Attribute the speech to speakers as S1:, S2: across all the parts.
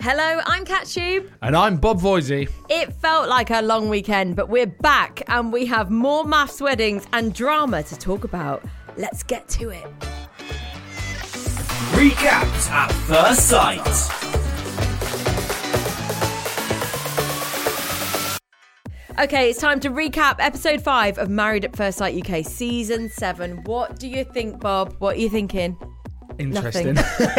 S1: Hello, I'm Kat Shube.
S2: And I'm Bob Voisey.
S1: It felt like a long weekend, but we're back and we have more maths weddings and drama to talk about. Let's get to it.
S3: Recapped at first sight.
S1: Okay, it's time to recap episode five of Married at First Sight UK season seven. What do you think, Bob? What are you thinking?
S2: Interesting.
S1: Nothing.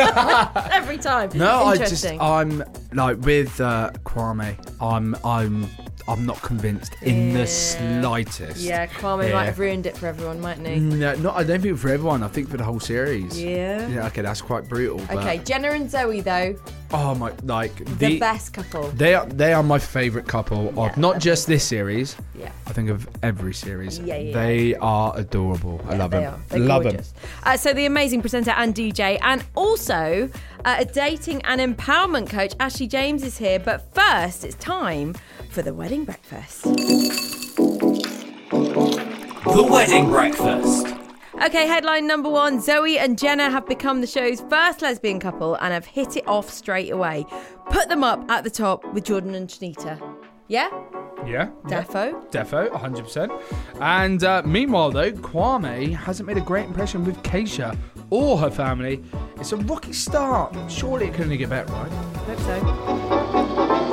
S1: Every time.
S2: no, I just
S1: Interesting.
S2: I'm like with uh, Kwame. I'm I'm I'm not convinced in
S1: Yeah.
S2: the slightest.
S1: yeah, Kwame
S2: Yeah. Mm,
S1: might have ruined it for everyone, mightn't he?
S2: No, not I don't think for everyone. I think for the whole series.
S1: Yeah.
S2: Yeah. Okay, that's quite brutal. But,
S1: Okay, Jenna and Zoe though,
S2: Oh my, like
S1: the, best couple.
S2: They are they are my favourite couple
S1: Yeah,
S2: of not just this series.
S1: Yeah.
S2: I think of every series.
S1: Yeah, yeah,
S2: they are adorable. I love
S1: they
S2: them.
S1: Are. They're
S2: love
S1: gorgeous. Uh, so the amazing presenter and DJ, and also uh, a dating and empowerment coach, Ashley James, is here. But first, it's time for the wedding breakfast.
S3: The wedding breakfast.
S1: Okay, headline number one Zoe and Jenna have become the show's first lesbian couple and have hit it off straight away. Put them up at the top with Jordan and Shanita. Yeah?
S2: them. Yeah.
S1: Defo?
S2: Defo, 100%. And uh, meanwhile, though, Kwame hasn't made a great impression with Keisha or her family. It's a rocky start. Surely it can only get better, right?
S1: Hope so.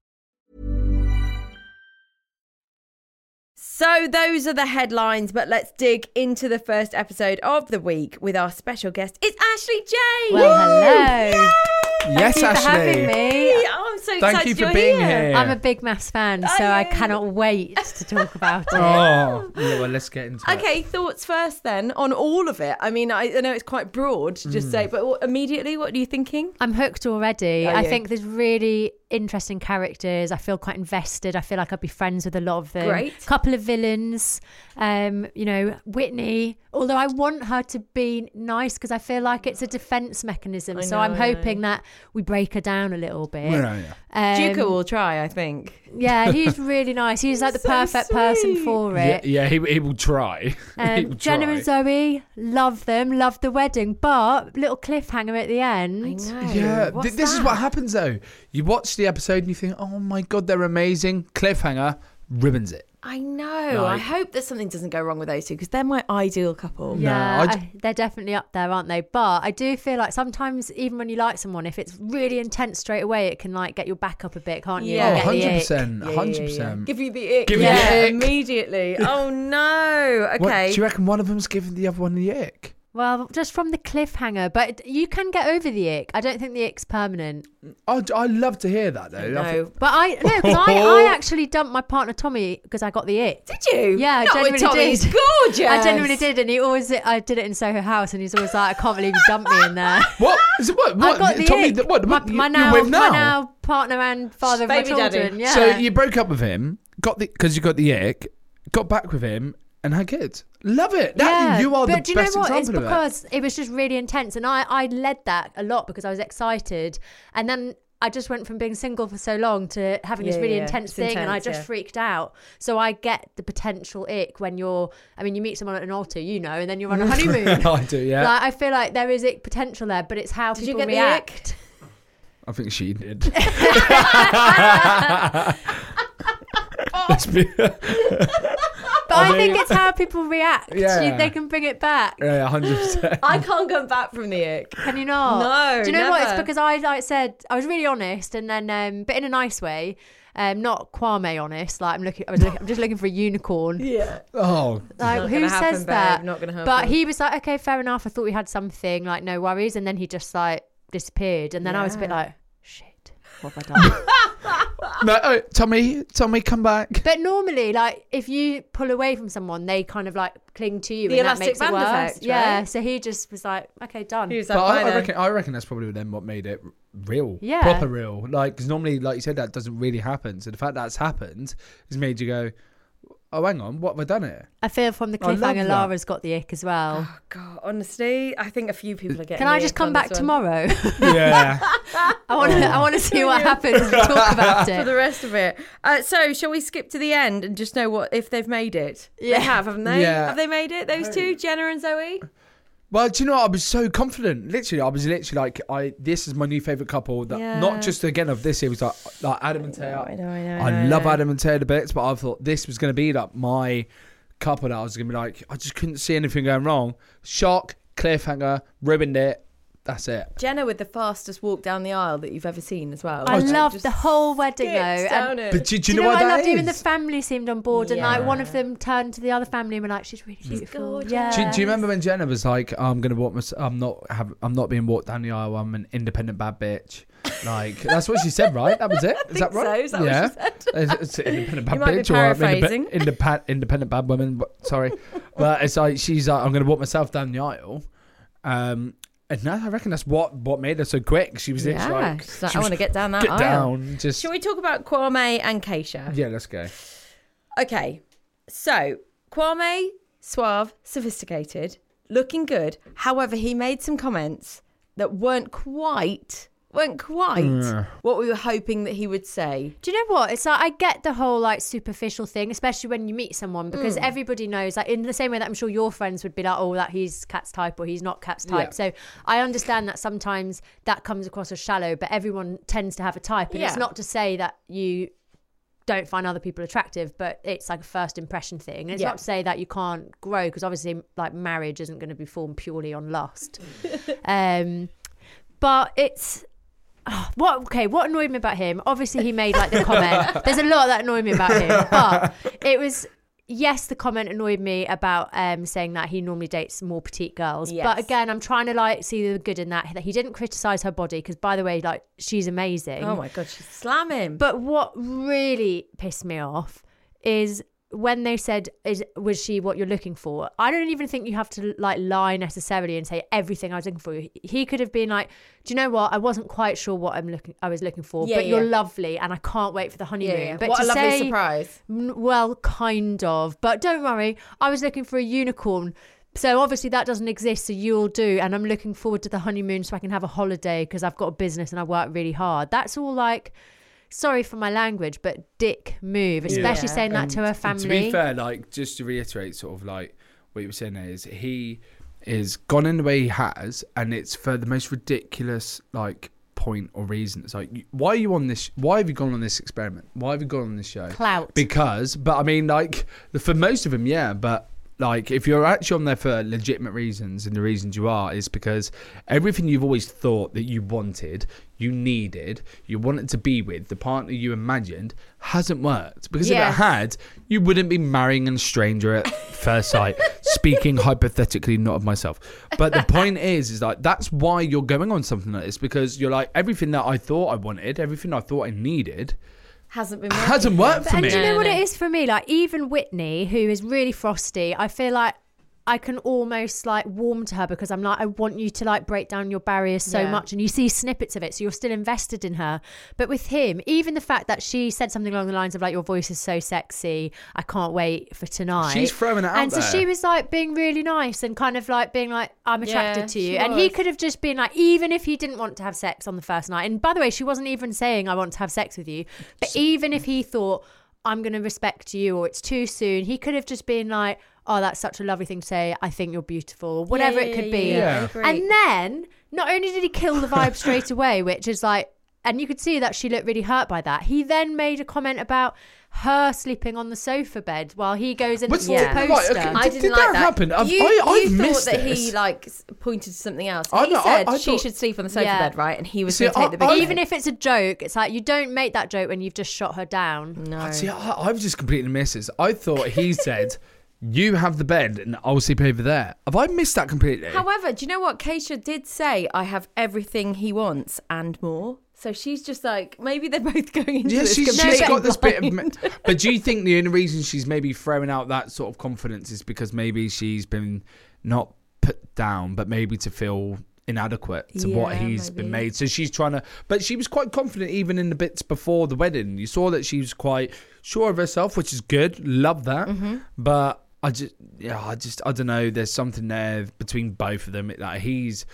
S1: So, those are the headlines, but let's dig into the first episode of the week with our special guest. It's Ashley James!
S4: Well, hello.
S2: yes,
S4: Thank you for
S2: Ashley.
S4: having me.
S1: Hey, I'm so excited
S2: Thank you for
S1: you're
S2: being
S1: here.
S2: here.
S4: I'm a big maths fan, so
S1: Are
S4: I
S1: you?
S4: cannot wait to talk about it.
S2: Oh, yeah, well, let's get into it.
S1: Okay, thoughts first then on all of it. I mean, I, I know it's quite broad to just
S2: Mm.
S1: say, but what, immediately, what are you thinking?
S4: I'm hooked already.
S1: Are
S4: I
S1: you?
S4: think there's really interesting characters. I feel quite invested. I feel like I'd be friends with a lot of them.
S1: Great.
S4: Couple of villains. Um, you know, Whitney. Although I want her to be nice because I feel like it's a defense mechanism. so
S1: know,
S4: I'm
S1: I
S4: hoping that we break her down a little bit.
S2: Well, yeah.
S4: Um,
S1: Duca will try, I think.
S4: Yeah, he's really nice. He's like the
S1: So
S4: perfect person
S1: sweet.
S4: for it.
S2: Yeah, yeah, he, he will try. he will
S4: Um, Jenna
S2: try.
S4: and Zoe, love them, love the wedding, but little cliffhanger at the end.
S2: Yeah,
S1: "Oh, What's
S2: th- this is
S1: that?
S2: what happens though. You watch the episode and you think, oh my god, they're amazing. Cliffhanger ribbons it.
S1: I know. I
S2: Like- Mm,
S1: hope that something doesn't go wrong with those two because they're my ideal couple.
S4: Yeah,
S2: Oh, I
S4: I-
S2: d-
S4: they're definitely up there, aren't they? But I do feel like sometimes, even when you like someone, if it's really intense straight away, it can like get your back up a bit, can't you?
S1: Yeah.
S4: And
S2: Oh,
S4: get the
S2: 100%.
S1: Yeah, yeah, yeah,
S2: 100%.
S1: yeah. Give you the ick.
S2: Give you
S1: yeah,
S2: the ick.
S1: immediately. Oh no. Okay.
S2: What- do you reckon one of them's giving the other one the ick?
S4: ick. Well, just from the cliffhanger, but you can get over the ick. I don't think the ick's permanent.
S2: I, I love to hear that though. I think-
S1: no.
S4: But I no, because I, I actually dumped my partner Tommy because I got the ick.
S1: Did you?
S4: Yeah,
S1: Not
S4: I
S1: with
S4: genuinely
S1: Tommy.
S4: did.
S1: He's gorgeous.
S4: I genuinely did, and he always I did it in Soho House, and he's always like, "I can't believe you dumped me in there."
S2: What? Is it what?
S4: Ah, I
S2: What?
S4: got the
S2: Tommy,
S4: ick.
S2: th- what?
S4: my,
S2: what you,
S4: my
S2: you
S4: now,
S2: with now?
S4: my now partner and father of my
S1: Baby daddy.
S4: children. Yeah.
S2: So you broke up with him, got the because you got the ick, got back with him, and had kids. Love it. That,
S4: yeah.
S2: You are
S4: but
S2: the
S4: do you
S2: best
S4: know what? It's
S2: example of that.
S4: because it. was just really intense, and I I led that a lot because I was excited, and then. I just went from being single for so long to having
S1: Yeah,
S4: this really
S1: yeah,
S4: intense
S1: it's
S4: thing, and I
S1: intense,
S4: just
S1: yeah.
S4: freaked out. So I get the potential ick when you're. I mean, you meet someone at an altar, you know, and then you're on a honeymoon.
S2: I do, yeah.
S4: Like, I feel like there is ick potential there, but it's how
S1: Did you get
S4: people
S1: the ick?
S4: react.
S2: I think she did. Let's be,
S4: But
S2: I
S4: I think
S2: mean-
S4: it's how people react.
S2: Yeah.
S4: You- they can bring it back.
S2: yeah, hundred percent.
S1: I can't come back from the ick.
S4: Can you not?
S1: No,
S4: Do you know what? It's
S1: never.
S4: because I like said I was really honest, and then um, but in a nice way, um, not Kwame honest. Like I'm looking, I was looking I'm just looking for a unicorn.
S1: Yeah.
S2: Oh,
S4: Like
S1: Not
S4: who
S1: gonna
S4: says
S1: happen, babe.
S4: that?
S1: Not gonna
S4: But
S1: happen.
S4: he was like, okay, fair enough. I thought we had something. Like no worries, and then he just like disappeared, and then I was a bit
S1: Yeah.
S4: like, shit, what have I done?
S2: No, oh, Tommy, Tommy, come back.
S4: But normally, like if you pull away from someone, they kind of like cling to you.
S1: The
S4: and
S1: elastic
S4: that makes
S1: band
S4: it worse.
S1: effect,
S4: Yeah.
S1: right?
S4: So he just was like, okay, done.
S1: He was
S2: But
S1: like,
S2: I,
S1: "Bye
S2: I
S1: then."
S2: reckon I reckon that's probably then what made it real,
S4: Yeah.
S2: proper real. Like, because normally, like you said, that doesn't really happen. So the fact that's happened has made you go, "Oh, hang on, what have I done here?"
S4: I feel from the
S1: Oh,
S2: I love
S4: cliffhanger,
S2: that.
S4: Lara's got the ick as well.
S1: God, honestly, I think a few people are getting.
S4: Can I
S1: the
S4: just
S1: ick
S4: come
S1: on this
S4: back
S1: one.
S4: tomorrow?
S2: Yeah,
S4: I want to. I want to see what happens. and Talk about
S1: Oh. For
S4: it.
S1: the rest of it. Uh, so, shall we skip to the end and just know what if they've made it?
S4: Yeah.
S1: They have, haven't they?
S2: Yeah.
S1: Have they made it? Those two, Jenna and Zoe.
S2: Well, do you know what? I was so confident. Literally, I was literally like, "I this is my new favorite couple." That
S1: Yeah.
S2: not just again of this series, like like Adam and Taylor.
S1: I know, I know, I
S2: I
S1: know,
S2: love
S1: I know.
S2: Adam and Taylor bits, but I thought this was going to be like my couple that I was going to be like, I just couldn't see anything going wrong. Shock, cliffhanger, ruined it. That's it.
S1: Jenna with the fastest walk down the aisle that you've ever seen as well.
S4: I
S1: Like,
S4: loved
S1: just
S4: the whole wedding though.
S1: skips
S4: and-
S1: down it.
S2: But do, do
S4: do
S2: you know what
S4: I
S2: that
S4: loved? Even the
S2: is?
S4: family seemed on board, and like one of
S1: Yeah.
S4: them turned to the other family and were like, "She's really beautiful."
S1: gorgeous.
S4: Yeah.
S2: Do, do you remember when Jenna was like, "I'm gonna walk. mys I'm not. Have, I'm not being walked down the aisle. I'm an independent bad bitch." Like that's what she said, right? That was it. Is that
S1: think so.
S2: right?
S1: Is that what she said?
S2: It's- it's an independent bad
S1: You might be
S2: bitch or I'm indepe-
S1: paraphrasing.
S2: indepa- independent bad woman. But, sorry, but it's like she's like, "I'm gonna walk myself down the aisle." Um, and that, I reckon that's what what made her so quick. She was
S1: Yeah,
S2: literally like,
S1: she's like,
S2: she
S1: I
S2: was,
S1: want to get down that
S2: get
S1: aisle.
S2: down. Just
S1: Shall we talk about Kwame and Keisha?
S2: yeah, let's go.
S1: Okay, so Kwame, suave, sophisticated, looking good. However, he made some comments that weren't quite weren't quite what we were hoping that he would say.
S4: Do you know what? It's like I get the whole like superficial thing, especially when you meet someone, because
S1: Mm.
S4: everybody knows. Like in the same way that I'm sure your friends would be like, "Oh, that he's cat's type or he's not cat's type."
S2: Yeah.
S4: So I understand that sometimes that comes across as shallow, but everyone tends to have a type, and
S1: Yeah.
S4: it's not to say that you don't find other people attractive, but it's like a first impression thing. And it's
S1: Yeah.
S4: not to say that you can't grow, because obviously, like marriage isn't going to be formed purely on lust. um, but it's what okay what annoyed me about him obviously he made like the comment there's a lot that annoyed me about him but it was yes the comment annoyed me about um saying that he normally dates more petite girls
S1: Yes.
S4: but again i'm trying to like see the good in that that he didn't criticize her body because by the way like she's amazing
S1: Oh my god, she's slamming.
S4: but what really pissed me off is when they said, "Is was she what you're looking for?" I don't even think you have to like lie necessarily and say everything I was looking for. He could have been like, "Do you know what? I wasn't quite sure what I'm looking. I was looking for,
S1: Yeah,
S4: but you're
S1: yeah.
S4: lovely, and I can't wait for the honeymoon."
S1: yeah, yeah.
S4: But
S1: what
S4: to
S1: a lovely
S4: say,
S1: surprise.
S4: "Mm, Well, kind of, but don't worry. I was looking for a unicorn. So obviously that doesn't exist, so you'll do. And I'm looking forward to the honeymoon so I can have a holiday because I've got a business and I work really hard. That's all like, sorry for my language, but dick move, especially
S1: Yeah.
S4: saying that to her
S2: And
S4: family.
S2: To be fair, like just to reiterate, sort of like what you were saying there is he is gone in the way he has, and it's for the most ridiculous like point or reason. It's like, you- why are you on this? Why have you gone on this experiment? Why have you gone on this show?
S4: Clout.
S2: Because, but I mean, like the, for most of them, yeah, but. Like if you're actually on there for legitimate reasons, and the reasons you are is because everything you've always thought that you wanted, you needed, you wanted to be with the partner you imagined hasn't worked because
S1: Yes.
S2: if it had had, you wouldn't be marrying a stranger at first sight. Speaking hypothetically, not of myself. But the point is, is like that's why you're going on something like this because you're like everything that I thought I wanted, everything I thought I needed,
S1: Hasn't been
S2: hasn't worked for
S4: and
S2: me.
S4: do you know
S1: No,
S4: what
S1: no.
S4: it is for me? Like even Whitney, who is really frosty, I feel like I can almost like warm to her because I'm like, I want you to like break down your barriers so
S1: Yeah.
S4: much, and you see snippets of it, so you're still invested in her. But with him, even the fact that she said something along the lines of like, "Your voice is so sexy, I can't wait for tonight."
S2: She's throwing it out
S4: and
S2: there.
S4: so she was like being really nice and kind of like being like, "I'm attracted
S1: Yeah,
S4: to
S1: she
S4: you," and he
S1: was.
S4: could have just been like, even if he didn't want to have sex on the first night, and by the way, she wasn't even saying, I want to have sex with you, but even if he thought, I'm going to respect you or it's too soon, he could have just been like, oh, that's such a lovely thing to say. I think you're beautiful, or whatever it could be.
S2: yeah,
S4: And then not only did he kill the vibe straight away, which is like, and you could see that she looked really hurt by that. He then made a comment about her sleeping on the sofa bed while he goes in
S2: What's
S4: the
S1: the-
S4: poster.
S1: right,
S2: okay,
S1: I
S2: Did-
S1: didn't
S2: did
S1: like
S2: that happen? I've-
S1: you,
S2: I- I've
S1: you thought
S2: missed
S1: that he
S2: this.
S1: like s- pointed to something else.
S2: I
S1: he
S2: know, I-
S1: said
S2: I
S1: she
S2: thought-
S1: should sleep on the sofa
S4: Yeah.
S1: bed, right? And he was
S2: See,
S1: going to take the
S2: I-
S1: big.
S2: I-
S4: Even if it's a joke, it's like you don't make that joke when you've just shot her down.
S1: no,
S2: Ah, See, I, I've just completely missed this. I thought he said, "You have the bed, and I'll sleep over there." Have I missed that completely?
S1: However, do you know what? Keisha did say, I have everything he wants and more. So she's just like, maybe they're both going into
S2: Yeah,
S1: this
S2: she's,
S1: completely
S2: she's got this bit of.
S1: blind.
S2: me- But do you think the only reason she's maybe throwing out that sort of confidence is because maybe she's been not put down, but maybe to feel inadequate to what
S1: Yeah,
S2: he's been
S1: maybe.
S2: made? So she's trying to. But she was quite confident even in the bits before the wedding. You saw that she was quite sure of herself, which is good. Love that.
S1: Mm-hmm.
S2: But I just, yeah, I just, I don't know. There's something there between both of them. Like he's.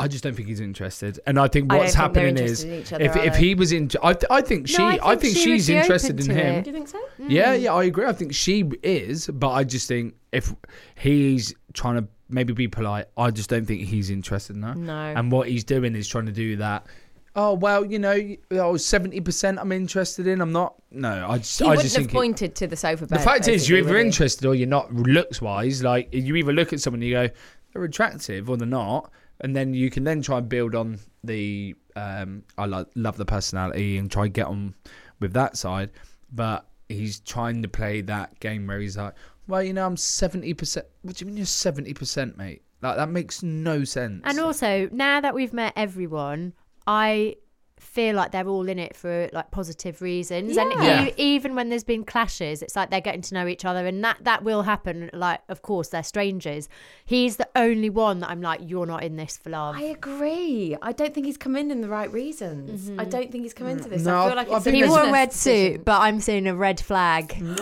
S2: I just don't think he's interested, and I think
S1: I don't
S2: what's
S1: think they're
S2: happening is
S1: interested in each other,
S2: if,
S1: are
S2: if
S1: they?
S2: he was in, I, th- I think she,
S4: I
S2: I
S4: think
S2: think,
S4: she would
S2: she's
S4: be
S2: interested in
S4: open to
S2: him.
S4: it.
S1: Do you think so?
S2: Yeah,
S1: Mm.
S2: yeah, I agree. I think she is, but I just think if he's trying to maybe be polite, I just don't think he's interested in her.
S1: No.
S2: And what he's doing is trying to do that. Oh well, you know, oh, 70 percent I'm interested in. I'm not. No, I just,
S1: He
S2: I
S1: wouldn't
S2: just
S1: have
S2: think. it-
S1: pointed to the sofa bed.
S2: the fact is,
S1: basically,
S2: you're either
S1: would he?
S2: interested or you're not. Looks wise, like you either look at someone and you go, they're attractive or they're not, and then you can then try and build on the. Um, I lo- love the personality and try and get on with that side, but he's trying to play that game where he's like, well, you know, I'm seventy percent. What do you mean you're seventy percent, mate? Like that makes no sense. Uh,
S4: And also, now that we've met everyone, I feel like they're all in it for like positive reasons. And
S1: Yeah.
S4: e- even when there's been clashes, it's like they're getting to know each other, and that that will happen. Like, of course, they're strangers. He's the only one that I'm like, you're not in this for love.
S1: I agree. I don't think he's come in in the right reasons. I don't think he's come into this.
S2: Mm, No,
S1: I feel like
S2: I
S1: it's a
S2: think
S4: Mm-hmm. he wore a
S1: business
S4: red
S1: decision.
S4: suit, but I'm seeing a red flag.
S2: Mm.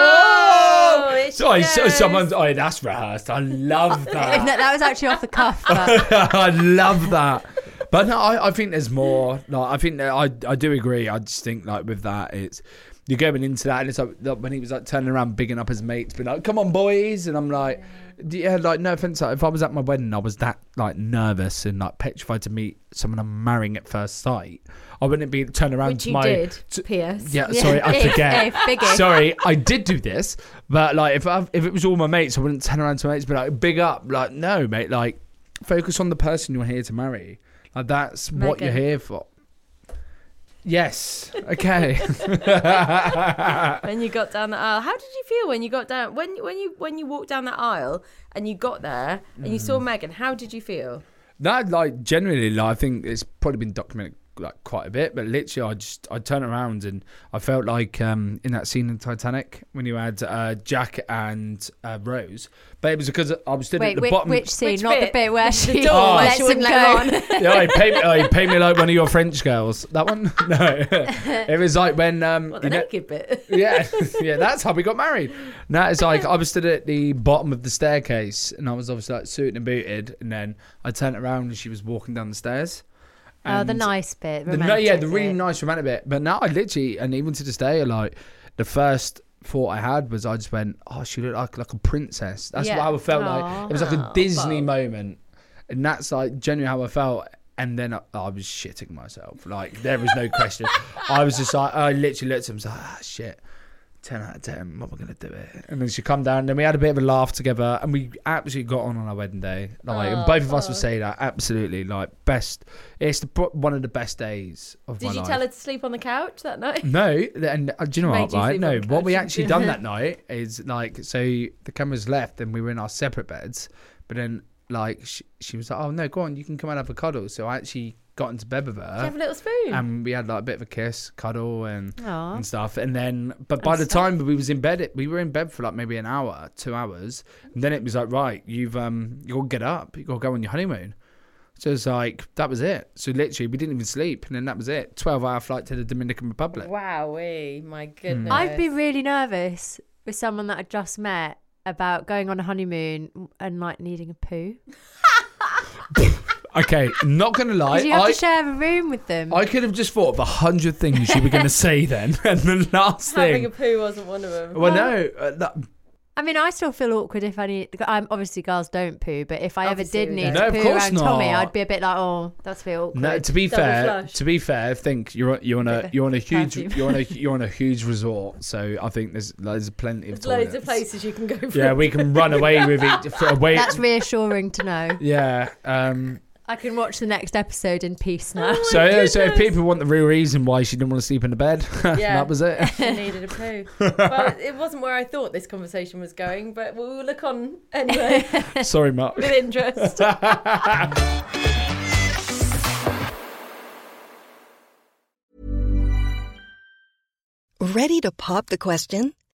S1: Oh, here she
S2: Sorry, so-
S1: goes.
S2: someone's. Oh, that's rehearsed. I love that.
S4: that, that was actually off the cuff. But
S2: I love that. But no, I, I think there's more. Like I think that I I do agree. I just think like with that, it's you're going into that, and it's like like, when he was like turning around, bigging up his mates, being like, "Come on, boys," and I'm like, d- "Yeah, like no offense. Like, if I was at my wedding, I was that like nervous and like petrified to meet someone I'm marrying at first sight. I wouldn't be turning around
S1: Which
S2: to
S1: you
S2: my
S1: did,
S2: to-
S1: P.S.
S2: yeah, sorry, I
S4: If-
S2: forget.
S4: if, biggie.
S2: Sorry, I did do this, but like if I, if it was all my mates, I wouldn't turn around to my mates, but like big up, like no, mate, like focus on the person you're here to marry. Like that's what you're
S1: Megan.
S2: here for. Yes. Okay.
S1: When you got down the aisle, how did you feel when you got down when when you when you walked down that aisle and you got there and
S2: Mm.
S1: you saw Megan? How did you feel?
S2: that like generally, like, I think it's probably been documented like quite a bit, but literally, I just I turn around and I felt like um in that scene in Titanic when you had uh, Jack and uh, Rose, but it was because I was stood at
S4: Wait,
S2: the
S4: which,
S2: bottom.
S4: which scene?
S1: Which
S4: Not the
S1: bit?
S4: bit where she
S1: door
S2: where
S4: lets
S1: she
S4: him
S1: wouldn't let
S4: go.
S1: her on.
S2: yeah, I pay, I pay me like one of your French girls. That one? No. it was like when. Um,
S1: What the
S2: you know-
S1: naked bit?
S2: yeah, yeah, that's how we got married. No, it's like I was stood at the bottom of the staircase and I was obviously like suited and booted. And then I turned around and she was walking down the stairs.
S4: Oh, the
S2: And-
S4: nice bit.
S2: the, no, yeah,
S4: romantic
S2: the really
S4: bit.
S2: nice romantic bit. But now I literally, and even to this day, like the first thought I had was I just went, oh, she looked like like a princess. That's
S4: Yeah.
S2: what I felt
S4: Aw.
S2: like. It was like a Disney moment, and that's like genuinely how I felt. And then I, I was shitting myself. Like there was no question. I was just like, I literally looked at him, was like, ah, shit. 10 out of 10, what am I going to do it? And then she come down, and then we had a bit of a laugh together, and we absolutely got on on our wedding day. Like,
S4: Oh,
S2: and both of us would say that, absolutely. Like, best, it's the, pro- one of the best days of my
S1: Did you
S2: life.
S1: tell her to sleep on the couch that night?
S2: No, th- and uh, do you know
S1: Made
S2: what?
S1: you
S2: Right?
S1: sleep
S2: No,
S1: on the
S2: what we
S1: couch.
S2: actually done that night is like, so the cameras left and we were in our separate beds, but then like she, she was like, "Oh no, go on, you can come and have a cuddle." So I actually got into bed with
S1: Did you have
S2: her,
S1: a little spoon?
S2: and we had like a bit of a kiss, cuddle, and
S4: Aw.
S2: and stuff. And then, but by the time we was in bed, it, we were in bed for like maybe an hour, two hours, and then it was like, right, you've um, you gotta get up, you gotta go on your honeymoon. So it's like that was it. So literally, we didn't even sleep, and then that was it. Twelve-hour flight to the Dominican Republic.
S1: Wowee, my
S2: Hmm.
S1: goodness.
S4: I'd be really nervous with someone that I just met about going on a honeymoon and like needing a poo.
S2: Okay, not gonna lie,
S4: Because you have
S2: I,
S4: to share a room with them.
S2: I could have just thought of a hundred things you were gonna say then, and the last
S1: having a
S2: thing.
S1: poo wasn't one of them.
S2: Well, no, uh, that,
S4: I mean, I still feel awkward if I need. I'm obviously girls don't poo, but if I
S1: Obviously
S4: ever did
S1: we don't.
S4: need
S2: No,
S4: to
S2: of
S4: poo
S2: course
S4: around Tommy,
S2: not.
S4: I'd be a bit like, oh, that's feel awkward.
S2: No, to be
S1: Double
S2: fair,
S1: flush.
S2: to be fair, I think you're on- you're on a
S4: Bit
S2: you're on a huge
S4: perfume.
S2: you're on a you're on a huge resort, so I think there's there's plenty of
S1: There's loads of
S2: toilets.
S1: places you can go for
S2: Yeah, we can run away with it for away.
S4: That's reassuring to know.
S2: yeah. Um,
S4: I can watch the next episode in peace now.
S1: Oh,
S2: so yeah, so if people want the real reason why she didn't want to sleep in the bed,
S1: Yeah.
S2: that was it.
S1: I needed a poo. well, it wasn't where I thought this conversation was going, but we'll look on anyway
S2: Sorry, Mark.
S1: with interest.
S5: Ready to pop the question?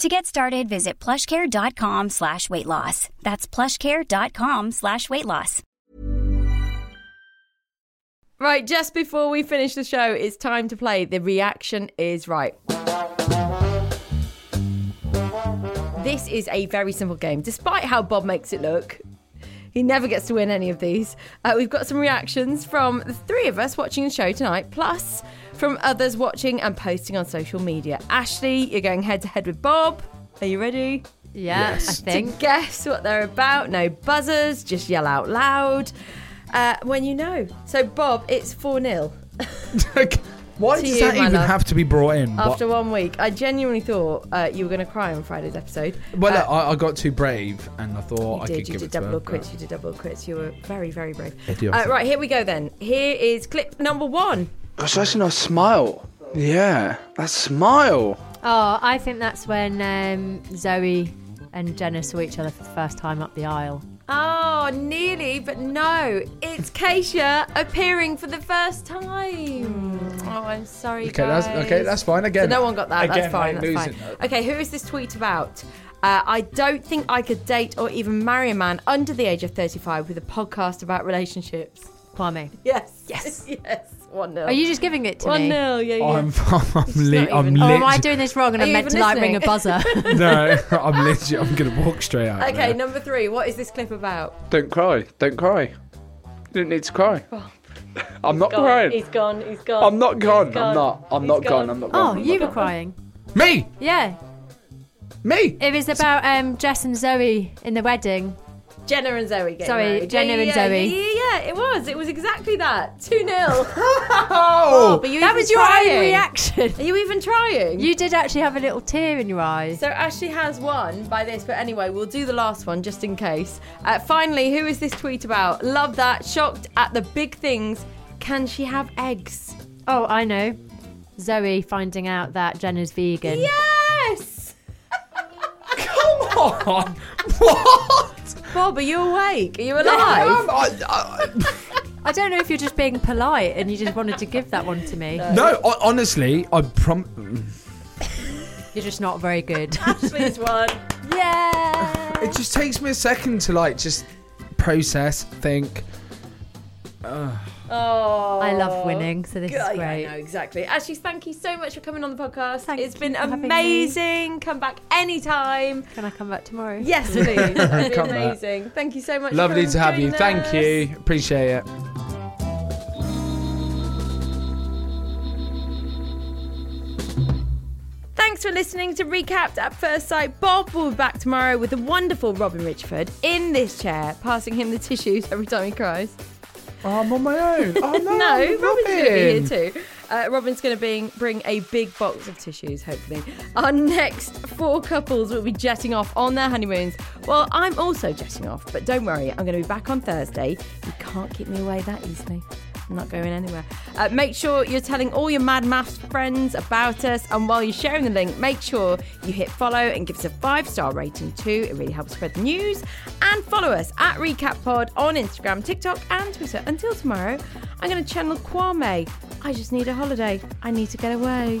S6: To get started, visit plushcare.com slash weight loss. That's plushcare.com slash weight loss.
S1: Right, just before we finish the show, it's time to play The Reaction is Right. This is a very simple game, despite how Bob makes it look. He never gets to win any of these. Uh, we've got some reactions from the three of us watching the show tonight, plus from others watching and posting on social media. Ashley, you're going head to head with Bob. Are you ready?
S4: Yeah,
S2: Yes.
S4: I think.
S1: to guess what they're about. No buzzers, just yell out loud uh, when you know. So, Bob, it's 4 0
S2: Like, why
S1: To
S2: does
S1: you,
S2: that
S1: my
S2: even
S1: love.
S2: have to be brought in? What-
S1: after one week. I genuinely thought uh, you were going to cry on Friday's episode.
S2: Well,
S1: Uh,
S2: look, I, I got too brave, and I thought I
S1: you did.
S2: could
S1: You
S2: give
S1: did
S2: it to
S1: double
S2: her,
S1: or quits. You did double or quits. You were very, very brave.
S2: do
S1: Uh,
S2: have to-
S1: right, here we go then. Here is clip number one.
S7: Gosh, that's a nice smile. Yeah, that smile.
S4: Oh, I think that's when um, Zoe and Jenna saw each other for the first time up the aisle.
S1: Oh, nearly, but no. It's Keisha appearing for the first time. Oh, I'm sorry,
S2: Okay, that's okay.
S1: guys.
S2: That's fine. Again,
S1: So no one got that.
S2: Again,
S1: that's fine.
S2: like,
S1: That's fine.
S2: losing-
S1: Okay, who is this tweet about? Uh, I don't think I could date or even marry a man under the age of 35 with a podcast about relationships.
S4: Kwame,
S1: Yes. Yes. yes. 1 0.
S4: are you just giving it to
S1: One
S4: me?
S1: nil, yeah, yeah.
S2: I'm, I'm, li-
S1: not
S2: I'm
S1: even- Oh,
S4: Or am I
S2: lit-
S4: doing this wrong and
S1: Are
S4: I
S1: you
S4: meant
S1: even
S4: to like ring a
S1: listening?
S4: buzzer?
S2: no, I'm legit. I'm gonna walk straight out.
S1: okay,
S2: there.
S1: number three. What is this clip about?
S7: Don't cry. Don't cry. You don't need to cry. I'm not crying.
S1: gone. He's gone.
S7: I'm not gone. I'm not. I'm not
S1: gone.
S7: gone. I'm not
S4: oh,
S7: gone.
S4: you were crying.
S2: me,
S4: Yeah,
S2: me.
S4: it was about um, Jess and Zoe in the wedding.
S1: Jenna and Zoe. Getting
S4: Sorry,
S1: married.
S4: Jenna
S1: yeah,
S4: and
S1: yeah,
S4: Zoe.
S1: Yeah, yeah, yeah, it was. It was exactly that. 2 0.
S2: Oh,
S1: but you
S4: That
S1: even
S4: was your
S1: trying.
S4: own reaction.
S1: Are you even trying?
S4: You did actually have a little tear in your eyes.
S1: So Ashley has won by this, but anyway, we'll do the last one just in case. Uh, finally, who is this tweet about? Love that. Shocked at the big things. Can she have eggs?
S4: Oh, I know. Zoe finding out that Jenna's vegan.
S1: Yes.
S2: come on! What?
S1: Bob, are you awake? Are you
S2: Um,
S1: alive?
S2: I- I-
S4: I don't know if you're just being polite and you just wanted to give that one to me.
S2: no, I, honestly, I prom.
S4: You're just not very good.
S1: Ashley's won.
S4: yeah.
S2: It just takes me a second to like just process, think.
S1: Oh,
S4: I love winning, so this
S1: Yeah,
S4: is
S1: yeah, I
S4: great.
S1: know, exactly. Ashley, thank you so much for coming on the podcast.
S4: Thank
S1: it's
S4: you
S1: been
S4: for having me.
S1: amazing. Come back anytime.
S4: Can I come back tomorrow?
S1: Yes, please. That'd be
S2: Come back.
S1: amazing. Thank you so much. for
S2: Lovely
S1: coming
S2: to have
S1: and
S2: you.
S1: joining
S2: Thank
S1: us.
S2: you. Appreciate it.
S1: Thanks for listening to Recapped at First Sight. Bob will be back tomorrow with the wonderful Robin Richford in this chair, passing him the tissues every time he cries.
S2: Oh, I'm on my own. Oh no,
S1: no, Robin's going to be
S2: Robin.
S1: here too. Uh, Robin's going to bring, bring a big box of tissues, hopefully. Our next four couples will be jetting off on their honeymoons. Well, I'm also jetting off, but don't worry, I'm going to be back on Thursday. You can't keep me away that easily. I'm not going anywhere. Uh, make sure you're telling all your Mad Maths friends about us. And while you're sharing the link, make sure you hit follow and give us a five star rating too. It really helps spread the news. And follow us at Recap Pod on Instagram, TikTok, and Twitter. Until tomorrow, I'm going to channel Kwame. I just need a holiday. I need to get away.